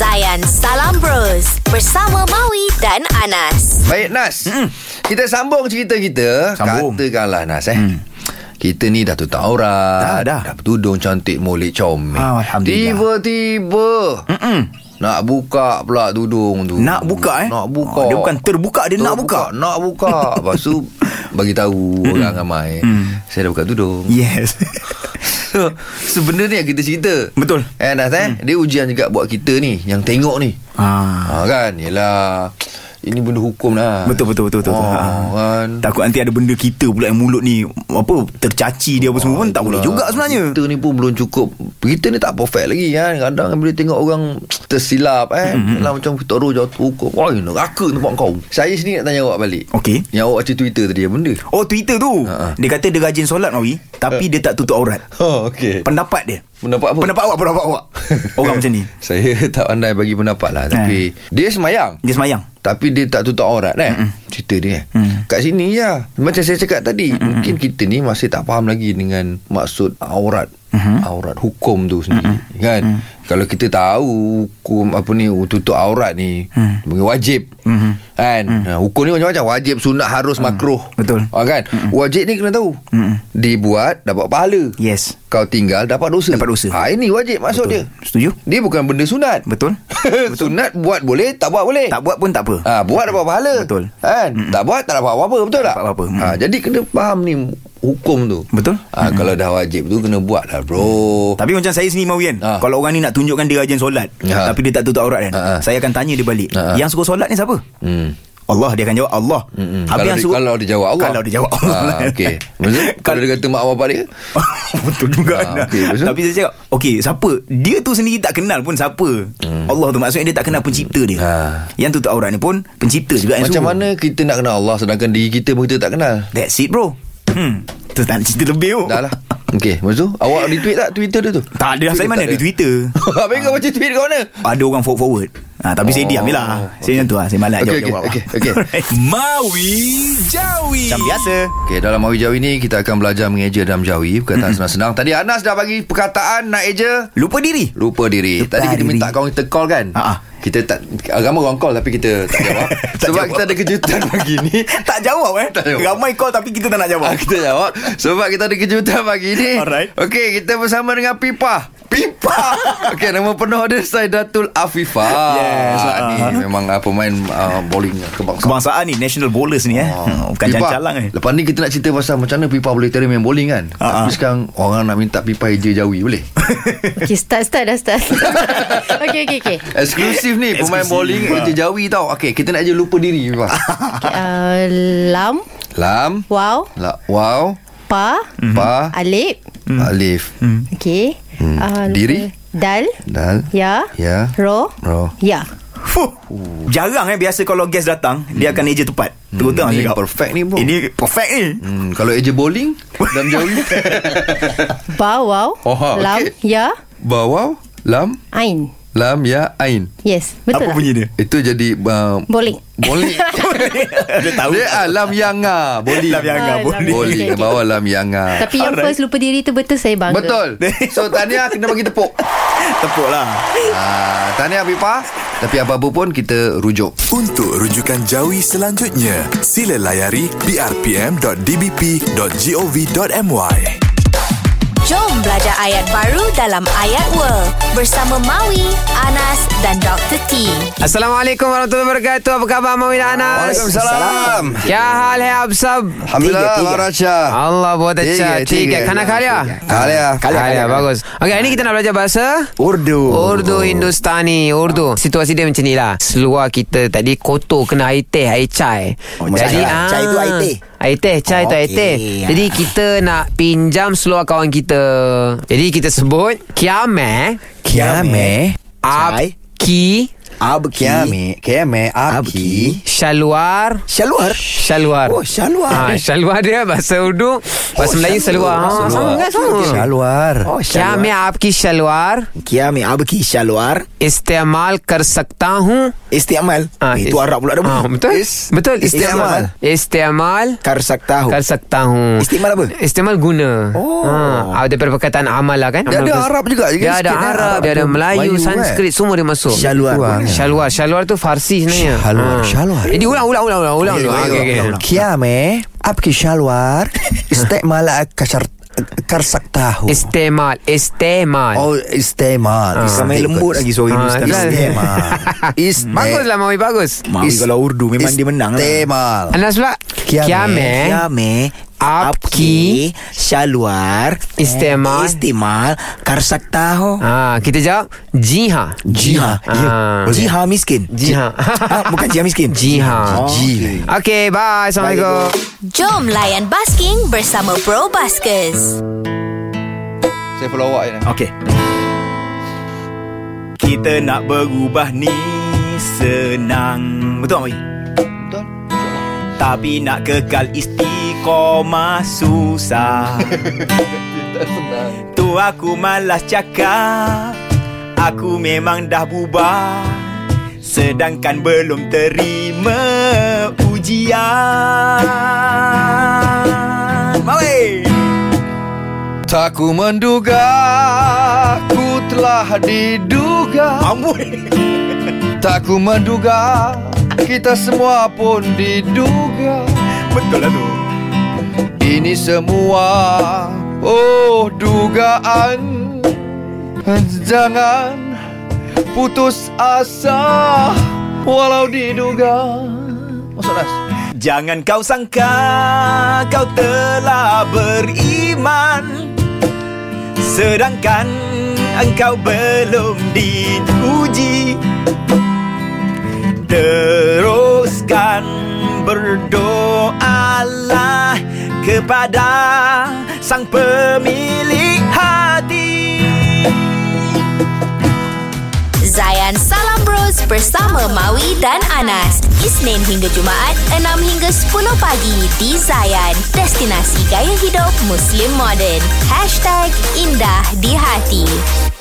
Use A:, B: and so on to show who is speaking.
A: layan Salam Bros bersama Maui dan Anas.
B: Baik Nas mm. Kita sambung cerita kita
C: Sambung.
B: Katakanlah Nas eh mm. Kita ni dah tutup aurat
C: Dah, dah.
B: Dah bertudung cantik molek comel
C: Ah, Alhamdulillah.
B: Tiba-tiba
C: Mm-mm.
B: Nak buka pula tudung tu
C: Nak buka eh
B: Nak buka
C: Ah, Dia bukan terbuka Dia nak buka
B: Nak buka Lepas tu Bagi tahu orang ramai
C: Mm.
B: Saya dah buka tudung
C: Yes
B: So, Sebenarnya kita cerita
C: Ya. Betul. Mm.
B: Eh Nas eh Dia ujian juga buat kita ni Yang tengok ni
C: ah.
B: ha, kan Yelah Ini benda hukum lah
C: Betul betul betul betul.
B: oh,
C: Ah.
B: kan
C: Takut nanti ada benda kita pula yang mulut ni apa tercaci dia apa semua pun tak boleh juga sebenarnya.
B: Kita Ha, ni pun belum cukup Kita ni tak perfect lagi kan Kadang bila tengok orang Tersilap eh mm-hmm. Lah macam kita roh jatuh hukum Wah neraka tempat kau Saya sini nak tanya awak balik
C: Okey.
B: Yang awak cerita Twitter tadi apa benda
C: Oh Twitter tu.
B: Ha, ha.
C: Dia kata dia rajin solat Mawi tapi dia tak tutup aurat.
B: Oh okey
C: Pendapat dia.
B: Pendapat apa?
C: Pendapat awak pendapat awak. Orang macam ni.
B: Saya tak pandai bagi pendapat lah
C: Eh.
B: Tapi Dia semayang
C: Dia semayang.
B: Tapi dia tak tutup aurat eh Cerita dia eh
C: Mm.
B: Kat sini ya Macam saya cakap tadi Mungkin kita ni masih tak faham lagi Dengan maksud aurat
C: Mm-hmm.
B: Aurat hukum tu sendiri Kan Kalau kita tahu Hukum apa ni Tutup aurat ni mm. Wajib
C: Mm-hmm.
B: Kan Ha, Hukum ni macam-macam Wajib, sunat, harus, makruh
C: Mm. Betul.
B: ha, kan? Wajib ni kena tahu Dibuat dapat pahala
C: Yes.
B: Kau tinggal dapat dosa
C: Dapat dosa.
B: ha, Ini wajib maksud
C: Betul.
B: dia
C: Setuju?
B: Dia bukan benda sunat
C: Betul?
B: Sunat buat boleh Tak buat boleh
C: tak buat pun tak apa.
B: Ha, buat dapat pahala
C: Betul.
B: kan? Tak buat tak dapat apa-apa Betul tak?
C: dapat apa-apa.
B: ha, Jadi kena faham ni Hukum tu
C: Betul.
B: ha, Kalau dah wajib tu Kena buat lah bro
C: Oh. Tapi macam saya sendiri Mawi kan
B: Ha.
C: Kalau orang ni nak tunjukkan dia rajin solat
B: Ha.
C: Tapi dia tak tutup aurat kan
B: Ha, ha.
C: Saya akan tanya dia balik
B: Ha, ha.
C: Yang suruh solat ni siapa?
B: Hmm.
C: Allah Dia akan jawab Allah
B: Hmm.
C: Habis
B: Kalau,
C: yang
B: dia,
C: suruh
B: kalau dia jawab Allah
C: Kalau dia jawab Allah
B: ha, okay. Maksud, Kalau Eh, dia kata mak bapak dia
C: Betul juga
B: Ha,
C: ha,
B: okey, lepas tu?
C: Tapi saya cakap Okey siapa Dia tu sendiri tak kenal pun siapa
B: Hmm.
C: Allah tu maksudnya dia tak kenal pencipta dia
B: Ha.
C: Yang tutup aurat ni pun Pencipta juga yang
B: Macam
C: suruh.
B: mana kita nak kenal Allah Sedangkan diri kita pun kita tak kenal
C: That's it bro Hmm Tu tak nak cerita lebih tu
B: Dah lah Okay Lepas tu Awak retweet tak Twitter dia tu
C: Tak ada saya mana
B: tak
C: di Twitter
B: Habis kau baca tweet kat mana
C: ada orang forward forward. Ha, tapi oh, saya
B: Oh,
C: diam je lah. Saya macam tu lah. Saya malas
B: Okey,
C: jawab-jawab.
B: okey, okey, okey.
C: Alright.
D: Maui Jawi
C: Macam biasa.
B: Okay, dalam Mawi Jawi ni kita akan belajar mengeja dalam Jawi Perkataan senang-senang Tadi Anas dah bagi perkataan nak eja
C: Lupa diri.
B: Lupa diri
C: Lupa
B: Tadi kita
C: diri.
B: minta kawan kita call kan
C: Ha, ha.
B: Kita tak Agama orang call Tapi kita tak jawab
C: Tak
B: Sebab
C: jawab.
B: kita ada kejutan pagi ni
C: Tak jawab eh.
B: Tak jawab.
C: Ramai call tapi kita tak nak jawab.
B: Ah, Kita jawab Sebab kita ada kejutan pagi ni
C: Alright.
B: Okey kita bersama dengan Pipa Pipa Okey nama penuh dia Saidatul Afifah
C: Yes,
B: Ah, Ni
C: ah.
B: memang ah, pemain ah, bowling kebangsaan
C: Kebangsaan ni National bowlers ni eh.
B: Ah.
C: Bukan
B: Pipa,
C: calang-calang eh.
B: Lepas ni kita nak cerita pasal Macam mana Pipa boleh terima main bowling kan Tapi
C: Ah, ah.
B: sekarang Orang nak minta Pipa hijau jawi boleh
E: Okay, start, start dah start. okay, okay, okay.
B: Eksklusif ni Pemain
C: Eksklusif.
B: bowling
C: Ah.
B: Hijau jawi tau Okey kita nak je lupa diri Pipa
E: okay uh, lam,
B: Lam Mhm.
E: waw,
B: La, wow
E: pa,
B: Pa
E: alif.
B: Mm. Alif
E: Okay. Uh, lupa.
B: Diri.
E: Dal,
B: Dal
E: ya,
B: Ya
E: ro,
B: Ro
E: ya.
C: Fuh.
B: Oh.
C: Jarang eh biasa kalau guest datang dia akan eja tepat. Terutama
B: Ni
C: cakap.
B: Hmm. perfect ni bro
C: Ini perfect ni.
B: hmm, Kalau eja bowling Dalam jauh
E: Ba, waw,
B: Oh, ha,
E: lam,
B: okey.
E: ya,
B: Bawau Lam
E: Ain.
B: Lam ya Ain
E: Yes,
C: Apa
E: betul lah.
C: bunyi dia?
B: Itu jadi uh,
E: Bowling.
B: Bowling
C: dia tahu.
B: Dia ah, Lam Yanga Bowling
C: Lam Yang Ah, bowling.
E: Lam Yang.
B: Bowling
E: Okey, okey.
B: Bawa Lam ah. Yanga
E: Tapi yang
C: Alright.
E: first lupa diri tu betul saya bangga.
B: Betul So Tania kena bagi tepuk
C: Tepuk lah.
B: ah, Tania Pipa Tapi apa-apa pun kita rujuk
D: Untuk rujukan Jawi selanjutnya Sila layari brpm.dbp.gov.my
A: Jom belajar ayat baru dalam Ayat World bersama Maui, Anas dan Dr. T.
F: Aslam वरहमतुल्लाहि वबरकातुह अब कब हम
B: Waalaikumsalam
F: क्या हाल है आप सब
B: Alhamdulillah
C: Tiga, uh, tiga.
B: Luar Raja
F: Allah बहुत अच्छा
B: lah, Tiga,
F: ठीक
B: tiga.
F: है खाना खा लिया
B: Khá liya.
F: खा लिया bagus okay hari ni kita nak belajar bahasa
C: Urdu.
F: Urdu Hindustani Urdu Situasi dia macam ni lah Seluar kita tadi kotor Kena air teh Air chai ah.
C: Oh, chai lah. Chai tu air teh.
F: Air teh Chai tu air
C: Okey.
F: teh Jadi kita nak pinjam Seluar kawan kita Jadi kita sebut Kiame
C: eh. Kiame. Chai.
F: Ki
C: Abki.
G: क्या में क्या में आपकी
F: Shalwar
C: Shalwar.
F: Shalwar
C: Oh,
F: ha,
C: shalwar.
F: Shalwar dia bahasa Urdu Bahasa
C: Oh,
F: Melayu
C: shalwar.
F: Salwar
C: Salwar.
F: ha, Sama kan sama
G: salwar
C: Oh,
F: क्या मैं
C: shalwar.
F: आपकी salwar
C: Kia me abki shalwar.
F: इस्तेमाल कर सकता हूँ
C: Istiamal.
F: Ah,
C: Itu
F: is-
C: Arab pula dah.
F: Ah,
C: bu.
F: betul.
C: Is-
F: betul.
C: Istiamal.
F: Istiamal
C: Karsak tahu.
F: कर सकता हूँ हाँ,
C: Istimal apa?
F: Istimal guna
C: Oh.
F: ha, Daripada perkataan amal lah kan
B: Dia
F: Amal
B: ada
F: kes-
B: Arab juga,
F: Dia
B: sikit-sikit
F: ada
B: kan?
F: Arab Dia ada
B: Arab,
F: Melayu
B: Melayu, kan?
F: Sanskrit Semua dia masuk
C: Shalwar.
F: Shalwar Shalwar tu Farsi sebenarnya
G: Shalwar,
F: Ha.
G: shalwar.
F: Jadi ulang ulang ulang
C: Eh,
F: ulang ulang.
B: Okey,
F: Ah, Okey,
B: okey,
F: okey.
B: ulang.
G: क्या में आपकी शलवार इस्तेमाल कर कर सकता हूँ
F: Istimal Istimal
G: और इस्तेमाल
C: Sama yang Ah. lembut lagi suara
F: Oh, Ah,
C: Hindustan.
F: kan?
G: इस्तेमाल
F: Bagus lah Mawi bagus
C: Mawi kalau eh? Urdu memang dia menang lah.
G: इस्तेमाल
F: Anas pula eh?
G: Kia
F: Kia
G: me-
F: me
C: क्या मैं
F: आपकी
C: आपकी शलवार
F: इस्तेमाल-
C: इस्तेमाल कर सकता हो
F: Ah, kita jawab Ji ha
C: जी हाँ
F: Ah.
C: जी हाँ मिसकिन
F: Ji ha
C: Ah, bukan Oh, जी हाँ मिसकिन
F: Ji ha
C: जी
F: Okay bye Assalamualaikum
A: Jom layan basking bersama Bro Baskers.
B: Saya follow awak je nak.
C: Okey. Kita nak berubah ni senang. Betul tak, Mai?
B: Betul.
C: Tapi nak kekal istiqomah susah. tu aku malas cakap. Aku memang dah bubar. Sedangkan belum terima ujian. Mawai!
B: Tak ku menduga Ku telah diduga
C: Amboi!
B: Tak ku menduga Kita semua pun diduga
C: Betul lah tu.
B: Ini semua Oh dugaan Jangan Putus asa Walau diduga Masuk Nas
C: Jangan kau sangka kau telah beriman Sedangkan engkau belum diuji Teruskan berdoalah kepada sang pemilik hati
A: Zayan Salam Bros bersama Maui dan Anas. Isnin hingga Jumaat 6 hingga 10 pagi di Zayan. Destinasi gaya hidup Muslim modern. #IndahDiHati.